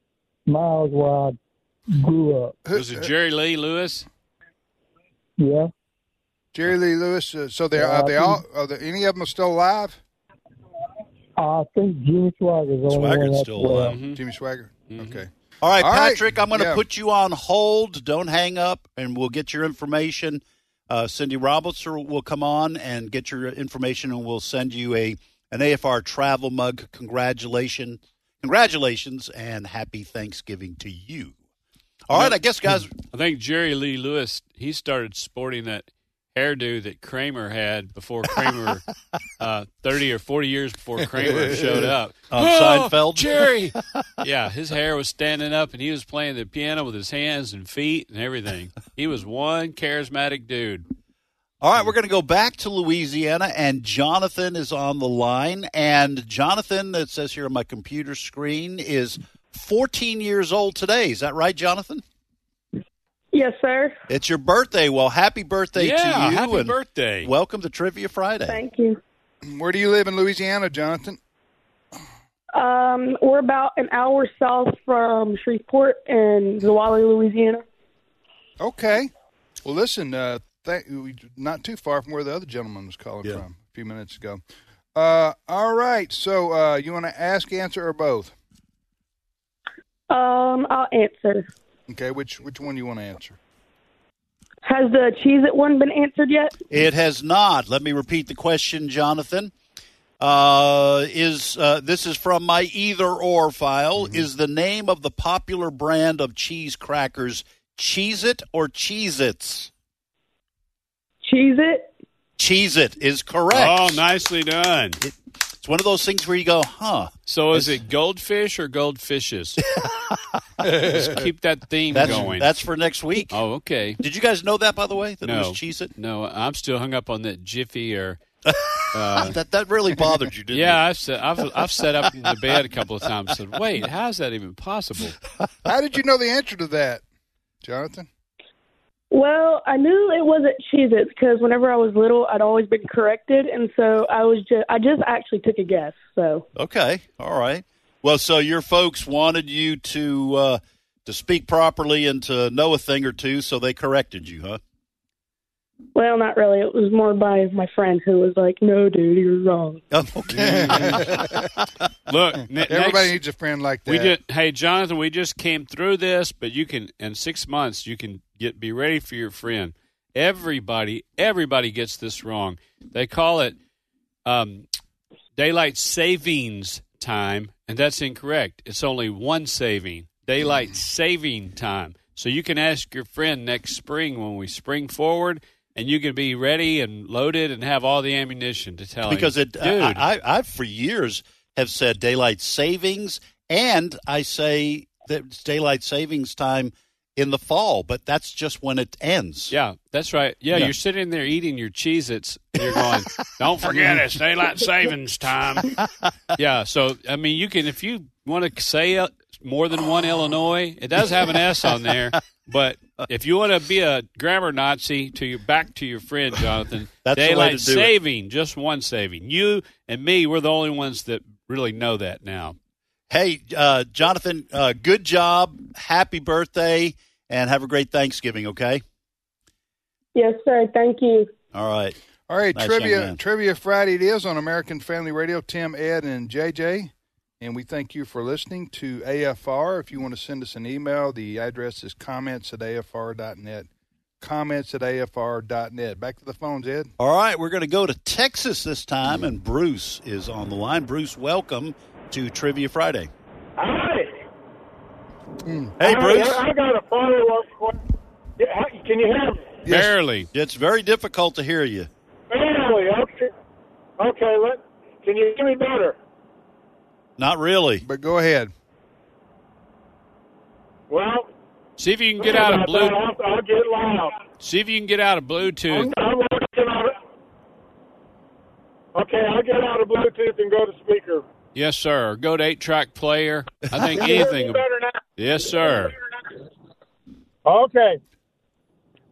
miles where I grew up. was it Jerry Lee Lewis? Yeah. Jerry Lee Lewis. Uh, so they Yeah, are they I all? Are there, any of them still alive? I think Jimmy Swagger's the only Swaggart's one that's still alive. Mm-hmm. left. Jimmy Swagger. Okay. All right, All right, Patrick, I'm going to yeah. put you on hold. Don't hang up, and we'll get your information. Uh, Cindy Roberts will will come on and get your information, and we'll send you a an AFR travel mug. Congratulations. Congratulations and happy Thanksgiving to you. All right, I guess, guys, I think Jerry Lee Lewis he started sporting that hairdo that Kramer had before Kramer, uh, thirty or forty years before Kramer showed up On Oh, Seinfeld? Jerry, yeah, his hair was standing up, and he was playing the piano with his hands and feet and everything. He was one charismatic dude. All right, we're going to go back to Louisiana, and Jonathan is on the line. And Jonathan, that says here on my computer screen, is 14 years old today. Is that right, Jonathan? Yes, sir. It's your birthday. Well, happy birthday yeah, to you. happy and birthday! Welcome to Trivia Friday. Thank you. Where do you live in Louisiana, Jonathan? Um, we're about an hour south from Shreveport in Zawali, Louisiana. Okay. Well, listen, uh, th- not too far from where the other gentleman was calling Yeah. from a few minutes ago. Uh, all right. So uh, you want to ask, answer, or both? Um, I'll answer. Okay. Which which one you want to answer? Has the cheese it one been answered yet? It has not. Let me repeat the question, Jonathan. Uh, is uh, this is from my either or file? Mm-hmm. Is the name of the popular brand of cheese crackers Cheese It or Cheez Its? Cheese it? Cheese It is correct. Oh, nicely done. It's one of those things where you go, huh? So, is it goldfish or goldfishes? Just keep that theme That's going. that's for next week. oh, okay. Did you guys know that by the way? That it was No. Cheese It. No, I'm still hung up on that Jiffy or. Uh, That that really bothered you, didn't yeah, I've, set, I've I've set up in the bed a couple of times. Said, wait, how is that even possible? How did you know the answer to that, Jonathan? Well, I knew it wasn't cheese it because whenever I was little, I'd always been corrected, and so I was just I just actually took a guess. So you? Okay. All right. Well, so your folks wanted you to uh, to speak properly and to know a thing or two, so they corrected you, huh? well, not really. It was more by my friend who was like, "No, dude, you're wrong." Oh, Okay. Look, ne- next- Everybody needs a friend like that. we did. Hey, Jonathan, we just came through this, but you can in six months you can get be ready for your friend. Everybody, everybody gets this wrong. They call it um, daylight savings time, and that's incorrect. It's only one saving daylight saving time. So you can ask your friend next spring when we spring forward, and you can be ready and loaded and have all the ammunition to tell him, because it uh, dude. I, I I for years have said daylight savings, and I say that it's daylight savings time in the fall, but that's just when it ends. Yeah, that's right. Yeah, Yeah. you're sitting there eating your Cheez Its. You're going, don't forget it's daylight savings time. yeah, so, I mean, you can, if you want to say uh, more than one Illinois, it does have an S on there. But if you want to be a grammar Nazi to your back to your friend, Jonathan, That's the way to daylight do it. saving, just one saving. You and me, we're the only ones that really know that now. Hey, uh, Jonathan, uh, good job. Happy birthday and have a great Thanksgiving, okay? Yes, sir. Thank you. All right. All right, Nice young trivia man. trivia Friday it is on American Family Radio. Tim, Ed, and JJ, and we thank you for listening to AFR. If you want to send us an email, the address is comments at afr.net. Comments at afr.net. Back to the phones, Ed. All right, we're going to go to Texas this time, and Bruce is on the line. Bruce, welcome to Trivia Friday. Hi. Hey, Hi, Bruce. I I got a follow-up question. Yeah, how- Can you hear me? Barely. It's very difficult to hear you. Really? Okay. Okay. Let, can you hear me better? Not really. But go ahead. Well, See if you can get out of blue. I'll, I'll get loud. See if you can get out of Bluetooth. I'm, I'm working on it. Okay, I'll get out of Bluetooth and go to speaker. Yes, sir. Go to eight track player. I think Can you hear anything. me better now? Yes, sir. Okay.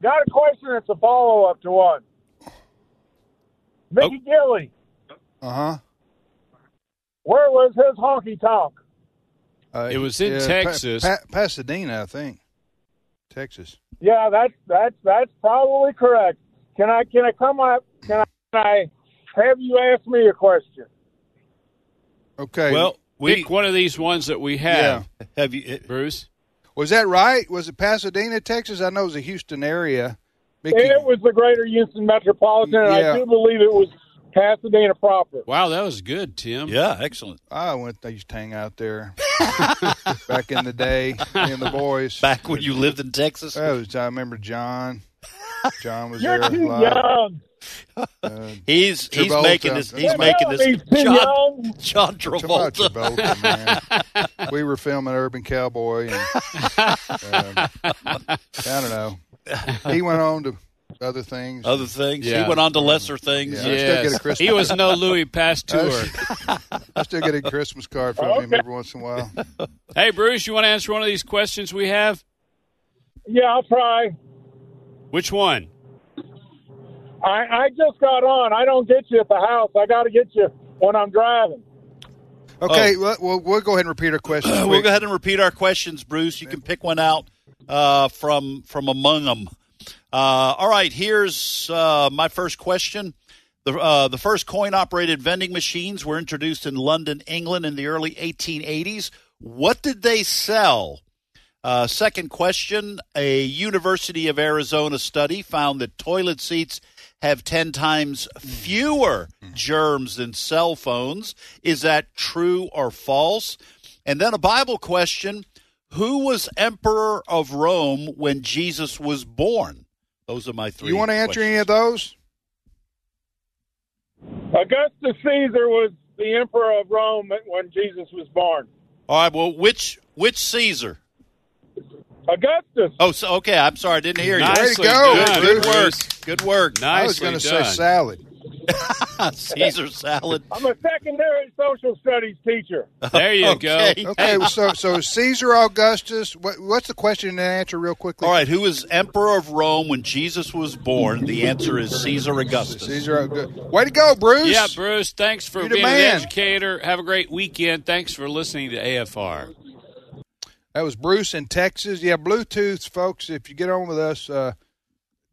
Got a question that's a follow-up to one. Mickey Oh. Gilly, Uh huh. where was his hockey talk? Uh, It was in Texas. Pasadena, I think. Texas. Yeah, that's that's that's probably correct. Can I can I come up? Can I, can I have you ask me a question? Okay. Well, pick one of these ones that we have, Have you? eh, it- Bruce. was that right? Was it Pasadena, Texas? I know it was a Houston area. Mickey- It was the Greater Houston Metropolitan, and Yeah. I do believe it was Pasadena proper. Wow, that was good, Tim. Yeah, excellent. I went. I used to hang out there back in the day, me and the boys. Back when you lived in Texas, I, was, I remember John. John was You're there. too live. young. Uh, he's he's Travolta. making this. He's Come making on, this. he's too John, young. John Come on, Travolta. Travolta, man. we were filming Urban Cowboy, and um, I don't know. He went on to other things. Other things. Yeah. He went on to lesser things. Yeah. I still get a Yes. Christmas He was no Louis Pasteur. I still get a Christmas card from him Oh, Okay. every once in a while. hey, Bruce, you want to answer one of these questions we have? Yeah, I'll try. Which one? I, I just got on. I don't get you at the house. I got to get you when I'm driving. Okay, well, we'll, we'll go ahead and repeat our question. Oh. we'll go ahead and repeat our questions, Bruce. You can pick one out uh, from from among them. Uh, all right, here's uh, my first question. The, uh, the first coin operated vending machines were introduced in London, England in the early 1880s. What did they sell? Uh, second question A University of Arizona study found that toilet seats have 10 times fewer germs than cell phones. Is that true or false? And then a Bible question Who was emperor of Rome when Jesus was born? Those are my three. You want to answer any questions. of those? Augustus Caesar was the emperor of Rome when Jesus was born. All right, well, which which Caesar? Augustus. Oh, so, okay. I'm sorry, I didn't hear you. Way to Nicely go, done, dude. Good work. Bruce. Good work. Nicely I was going to say done. salad. Caesar salad. I'm a secondary social studies teacher. There you Okay. go. Okay, so so Caesar Augustus. What, what's the question and answer, real quickly? All right, who was emperor of Rome when Jesus was born? The answer is Caesar Augustus. Caesar Augustus. Way to go, Bruce. Yeah, Bruce, thanks for You're the being an man. educator. Have a great weekend. Thanks for listening to AFR. That was Bruce in Texas. Yeah, Bluetooth, folks. If you get on with us, uh,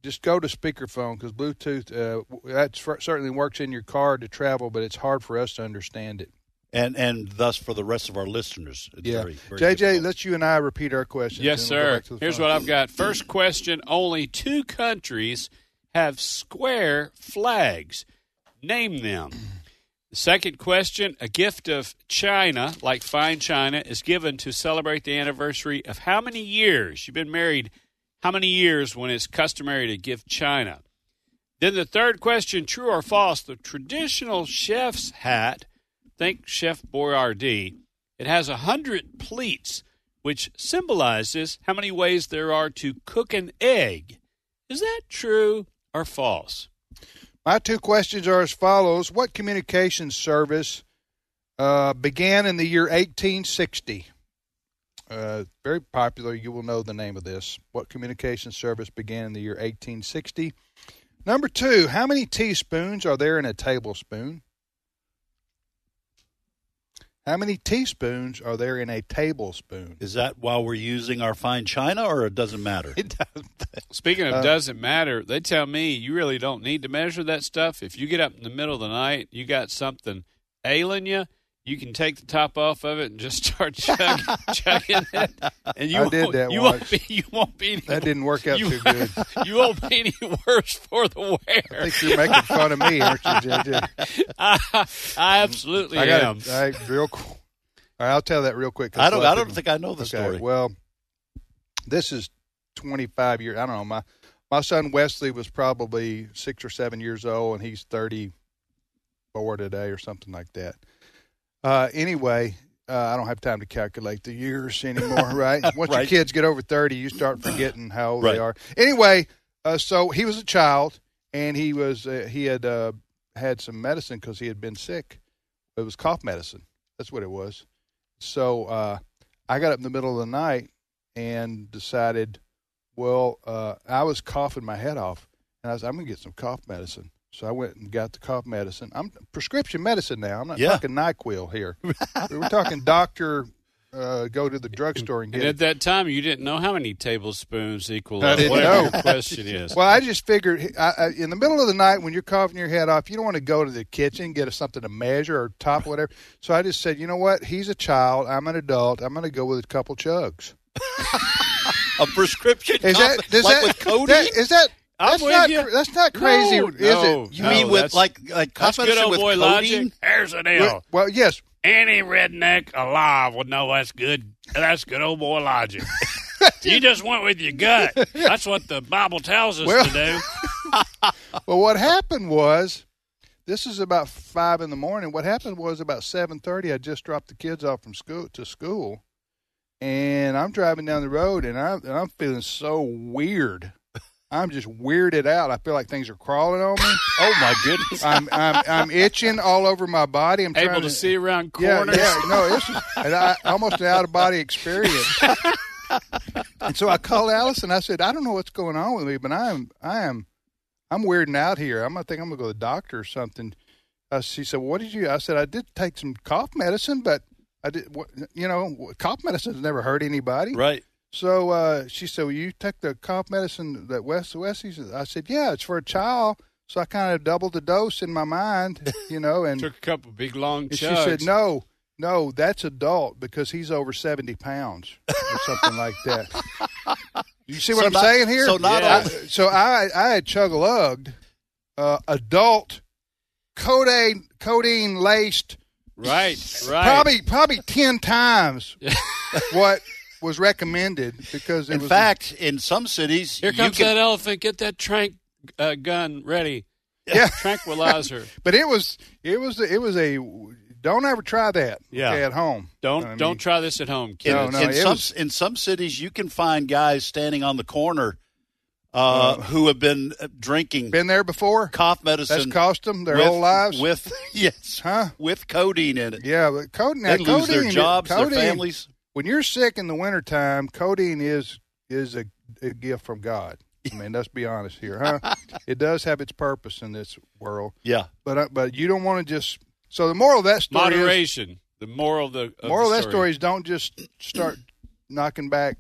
just go to speakerphone because Bluetooth uh, w- that cer- certainly works in your car to travel, but it's hard for us to understand it. And and thus for the rest of our listeners. It's Yeah, very, very JJ, difficult. let's you and I repeat our questions. Yes, then we'll go sir. back to the Here's phone. what I've got. First question Only two countries have square flags. Name them. The second question A gift of China, like fine China, is given to celebrate the anniversary of how many years? You've been married how many years when it's customary to give China? Then the third question True or false? The traditional chef's hat, think Chef Boyardee, it has a hundred pleats which symbolizes how many ways there are to cook an egg. Is that true or false? My two questions are as follows: What communication service uh, began in the year 1860? Uh, very popular. You will know the name of this. What communication service began in the year 1860? Number two: How many teaspoons are there in a tablespoon? How many teaspoons are there in a tablespoon? Is that while we're using our fine china, or it doesn't matter? It does. Speaking of Uh, doesn't matter, they tell me you really don't need to measure that stuff. If you get up in the middle of the night, you got something ailing you, you can take the top off of it and just start chugging, chugging it, and you I did won't, that you once. won't be you won't be any, That didn't work out you, too good. you won't be any worse for the wear. I think you're making fun of me, aren't you, JJ? I, I absolutely I am. got to I, real. qu- All right, I'll tell that real quick. 'cause I don't. lot I of don't people- think I know the story. Well, this is 25 years. I don't know. My my son Wesley was probably six or seven years old, and he's 34 today, or something like that. Uh, anyway, uh, I don't have time to calculate the years anymore. Right? Once your Right. kids get over 30, you start forgetting how old Right. they are. Anyway, uh, so he was a child, and he was uh, he had uh, had some medicine because he had been sick. It was cough medicine. That's what it was. So uh, I got up in the middle of the night and decided, well, uh, I was coughing my head off, and I was I'm gonna get some cough medicine. So I went and got the cough medicine. I'm prescription medicine now. I'm not Yeah. talking Nyquil here. We're talking doctor. Uh, go to the drugstore and get And it. at that time, you didn't know how many tablespoons equal I uh, didn't whatever know. your question is. Well, I just figured I, I, in the middle of the night when you're coughing your head off, you don't want to go to the kitchen get us something to measure or top whatever. So I just said, you know what? He's a child. I'm an adult. I'm going to go with a couple chugs. a prescription. Is cough- that does like that, with codeine? that is that I'm that's with not you. cr- that's not crazy, No, is no, it? You no, mean with that's- like like That's good combination old with boy codeine? logic. Here's the deal. Well, well, yes. Any redneck alive would know that's good. That's good old boy logic. you just went with your gut. That's what the Bible tells us Well- to do. Well, what happened was, this is about five in the morning. What happened was about seven thirty. I just dropped the kids off from school to school, and I'm driving down the road, and I'm and I'm feeling so weird. I'm just weirded out. I feel like things are crawling on me. Oh my goodness! I'm I'm, I'm itching all over my body. I'm Able trying to see around Yeah, corners. yeah, no, it's and I, almost an out of body experience. and so I called Allison. I said, I don't know what's going on with me, but I am, I am, I'm weirding out here. I'm, I think I'm gonna go to the doctor or something. Uh, she said, "What did you?" I said, "I did take some cough medicine, but I did, what, you know, cough medicine's never hurt anybody." right. So uh, she said, "Well, you took the cough medicine that Wes Wesley's." I said, "Yeah, it's for a child." So I kind of doubled the dose in my mind, you know, and Took a couple big long and chugs. she said, "No, no, that's adult because he's over seventy pounds or something like that." You see what So I'm not- saying here? so not I, only- so I I had chug-a-lugged uh, adult codeine codeine laced Right, right. probably probably ten times what was recommended because it In was fact, in some cities, Here you comes can- that elephant. Get that trank uh, gun ready. Yeah. Tranquilizer. but it was it was it was a don't ever try that Yeah. okay, at home Don't You know what I don't mean? try this at home, in, kids. No, no, in it some was- in some cities you can find guys standing on the corner uh, who have been uh, drinking been there before cough medicine. that's cost them their with, whole lives with yes, huh with codeine in it. Yeah, but codeine. They now, lose their codeine- jobs, codeine- their families. When you're sick in the wintertime, codeine is is a, a gift from God. I mean, let's be honest here, huh? it does have its purpose in this world, Yeah, but uh, but you don't want to just. So the moral of that story is Moderation. The moral of the of moral the of that story is don't just start knocking back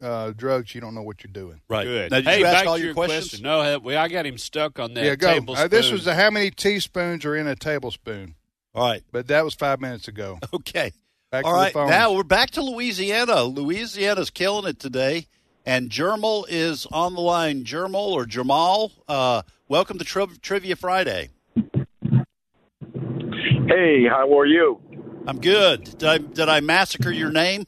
uh, drugs. You don't know what you're doing. right. Good. Now, did hey, you back ask all to your, questions? question. No, that- well, I got him stuck on that yeah, go. tablespoon. Uh, this was the how many teaspoons are in a tablespoon, All right. but that was five minutes ago. Okay. Back All to right. the phone. Now we're back to Louisiana. Louisiana's killing it today, and Jermal is on the line. Jermal or Jamal, uh, welcome to Triv Trivia Friday. Hey, how are you? I'm good. Did I, did I massacre your name?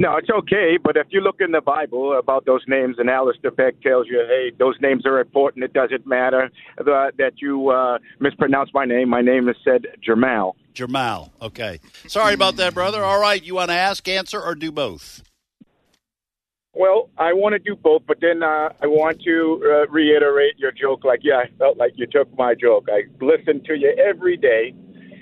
No, it's okay, but if you look in the Bible about those names, and Alistair Beck tells you, hey, those names are important. It doesn't matter that, that you uh, mispronounce my name. My name is said Jamal. Jamal. Okay. Sorry about that, brother. All right. You want to ask, answer, or do both? Well, I want to do both, but then uh, I want to uh, reiterate your joke. Like, yeah, I felt like you took my joke. I listened to you every day,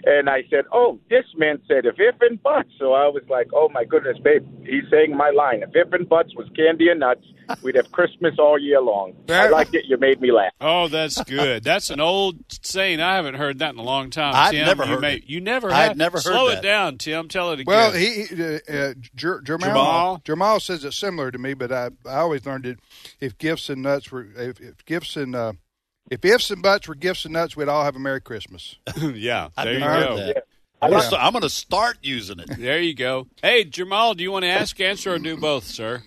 and I said, "Oh, this man said if if and buts." So I was like, "Oh my goodness, babe, he's saying my line. If if and buts was candy and nuts, we'd have Christmas all year long." I liked it. You made me laugh. Oh, that's good. That's an old saying. I haven't heard that in a long time. I've Tim. never you heard it. You never. I'd have. never heard Slow that. it down, Tim. Tell it again. Well, he he- uh, uh, Jer- Jamal, Jamal. Jamal says it's similar to me, but I, I always learned it. If gifts and nuts were if, if gifts and uh, if ifs and buts were gifts and nuts, we'd all have a Merry Christmas. yeah. I've There you never heard go. that. I'm gonna st- I'm going to start using it. There you go. Hey, Jamal, do you want to ask, answer, or do both, sir?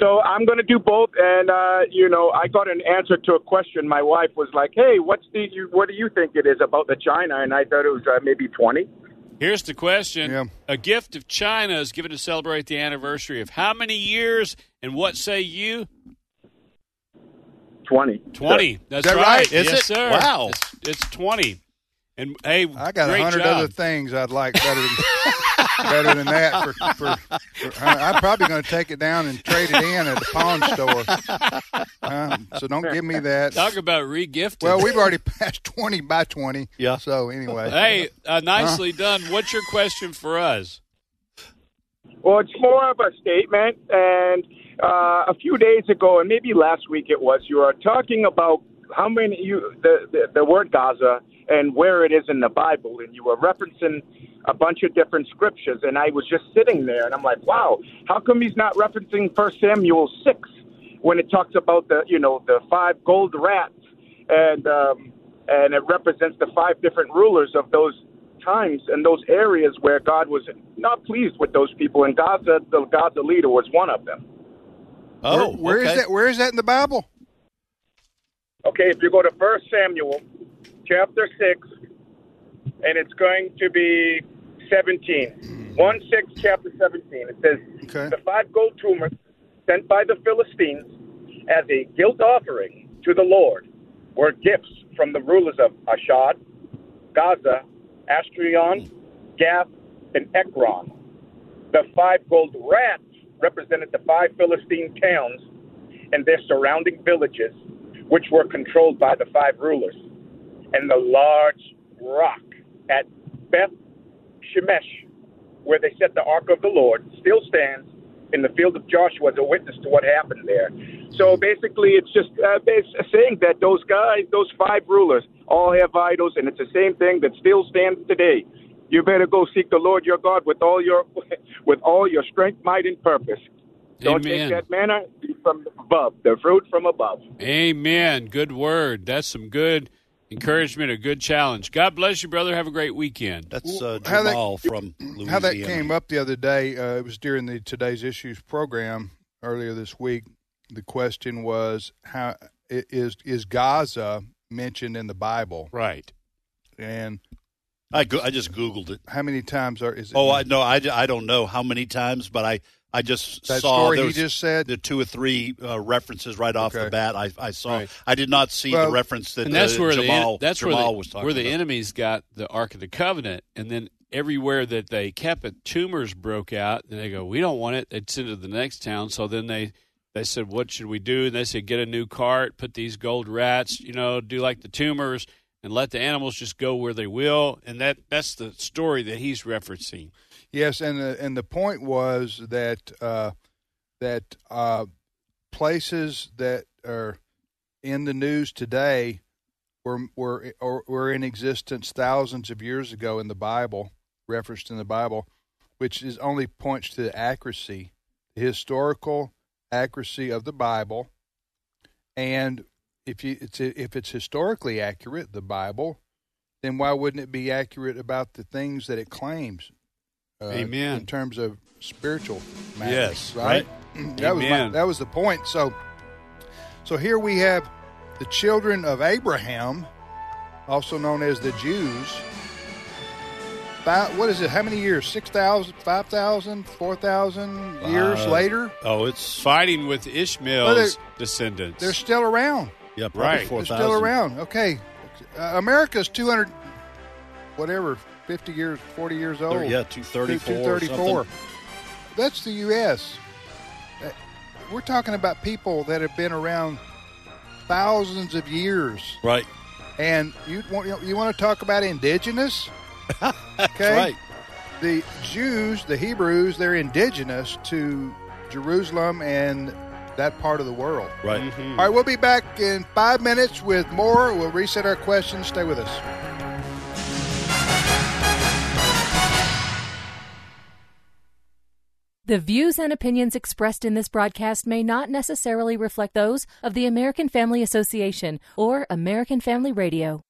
So I'm going to do both, and uh, you know, I got an answer to a question. My wife was like, "Hey, what's the? You, what do you think it is about the China?" And I thought it was uh, maybe twenty. Here's the question. Yeah. A gift of China is given to celebrate the anniversary of how many years and what say you? Twenty. 20. That's that right. right? Is yes, it? sir. Wow. It's, it's 20. And hey, I got a great hundred job. other things I'd like better than better than that. For, for, for I- I'm probably going to take it down and trade it in at the pawn store. Um, so don't give me that. Talk about regifting. Well, we've already passed twenty by twenty. Yeah. So anyway, hey, uh, nicely done. What's your question for us? Well, it's more of a statement. And uh, a few days ago, and maybe last week it was, you were talking about how many you the, the the word Gaza and where it is in the Bible, and you were referencing a bunch of different scriptures. And I was just sitting there, and I'm like, wow, how come he's not referencing First Samuel six when it talks about the you know the five gold rats and um, and it represents the five different rulers of those times and those areas where God was not pleased with those people, and Gaza, the Gaza leader was one of them. Oh, Where- where is okay. that? Where is that in the Bible? Okay, if you go to First Samuel, chapter six, and it's going to be seventeen. One six, chapter seventeen. It says Okay. the five gold tumors sent by the Philistines as a guilt offering to the Lord were gifts from the rulers of Ashad, Gaza, Astrion, Gath, and Ekron. The five gold rats represented the five Philistine towns and their surrounding villages, which were controlled by the five rulers. And the large rock at Beth Shemesh, where they set the ark of the Lord, still stands in the field of Joshua as a witness to what happened there. So basically, it's just uh, it's saying that those guys, those five rulers, all have idols, and it's the same thing that still stands today. You better go seek the Lord your God with all your with all your strength, might, and purpose. Don't Amen. take that manner from above, the fruit from above. Amen. Good word. That's some good encouragement, a good challenge. God bless you, brother. Have a great weekend. That's uh, How that- Jamal from Louisiana. How that came up the other day, uh, it was during the Today's Issues program earlier this week. The question was, how i- is is Gaza mentioned in the Bible, Right. and I, go- I just Googled it. how many times are is it? Oh, I no, I, I don't know how many times, but I, I just that saw story there he was just said. the two or three uh, references right off Okay. the bat. I, I saw. Right. I did not see Well- the reference that And that's uh, where Jamal, the en- that's Jamal where the, was talking where the about. enemies got the Ark of the Covenant, and then everywhere that they kept it, tumors broke out, and they go, "We don't want it." They'd send it to the next town. So then they they said, "What should we do?" And they said, "Get a new cart, put these gold rats, you know, do like the tumors, and let the animals just go where they will." And that that's the story that he's referencing. Yes, and the, and the point was that uh, that uh, places that are in the news today were were or, were in existence thousands of years ago in the Bible, referenced in the Bible, which is only points to the accuracy, the historical accuracy of the Bible, and if you it's if it's historically accurate, the Bible, then why wouldn't it be accurate about the things that it claims? uh, Amen. In terms of spiritual matters, Yes, right? That was my, Amen. that was the point. So, so here we have the children of Abraham, also known as the Jews. Five, what is it? How many years? 6,000, 5,000, 4,000 years Uh, later? Oh, it's fighting with Ishmael's Well, descendants. They're still around. yeah, probably Right. They're Four They're still thousand. around. Okay. Uh, America's 200, whatever, 50 years, 40 years old. Thir- Yeah, two thirty four. 234. That's the U.S. Uh, We're talking about people that have been around thousands of years. Right. And you want you want to talk about indigenous? That's Okay. right. The Jews, the Hebrews, they're indigenous to Jerusalem and that part of the world. Right. All right, we'll be back in five minutes with more. We'll reset our questions. Stay with us. The views and opinions expressed in this broadcast may not necessarily reflect those of the American Family Association or American Family Radio.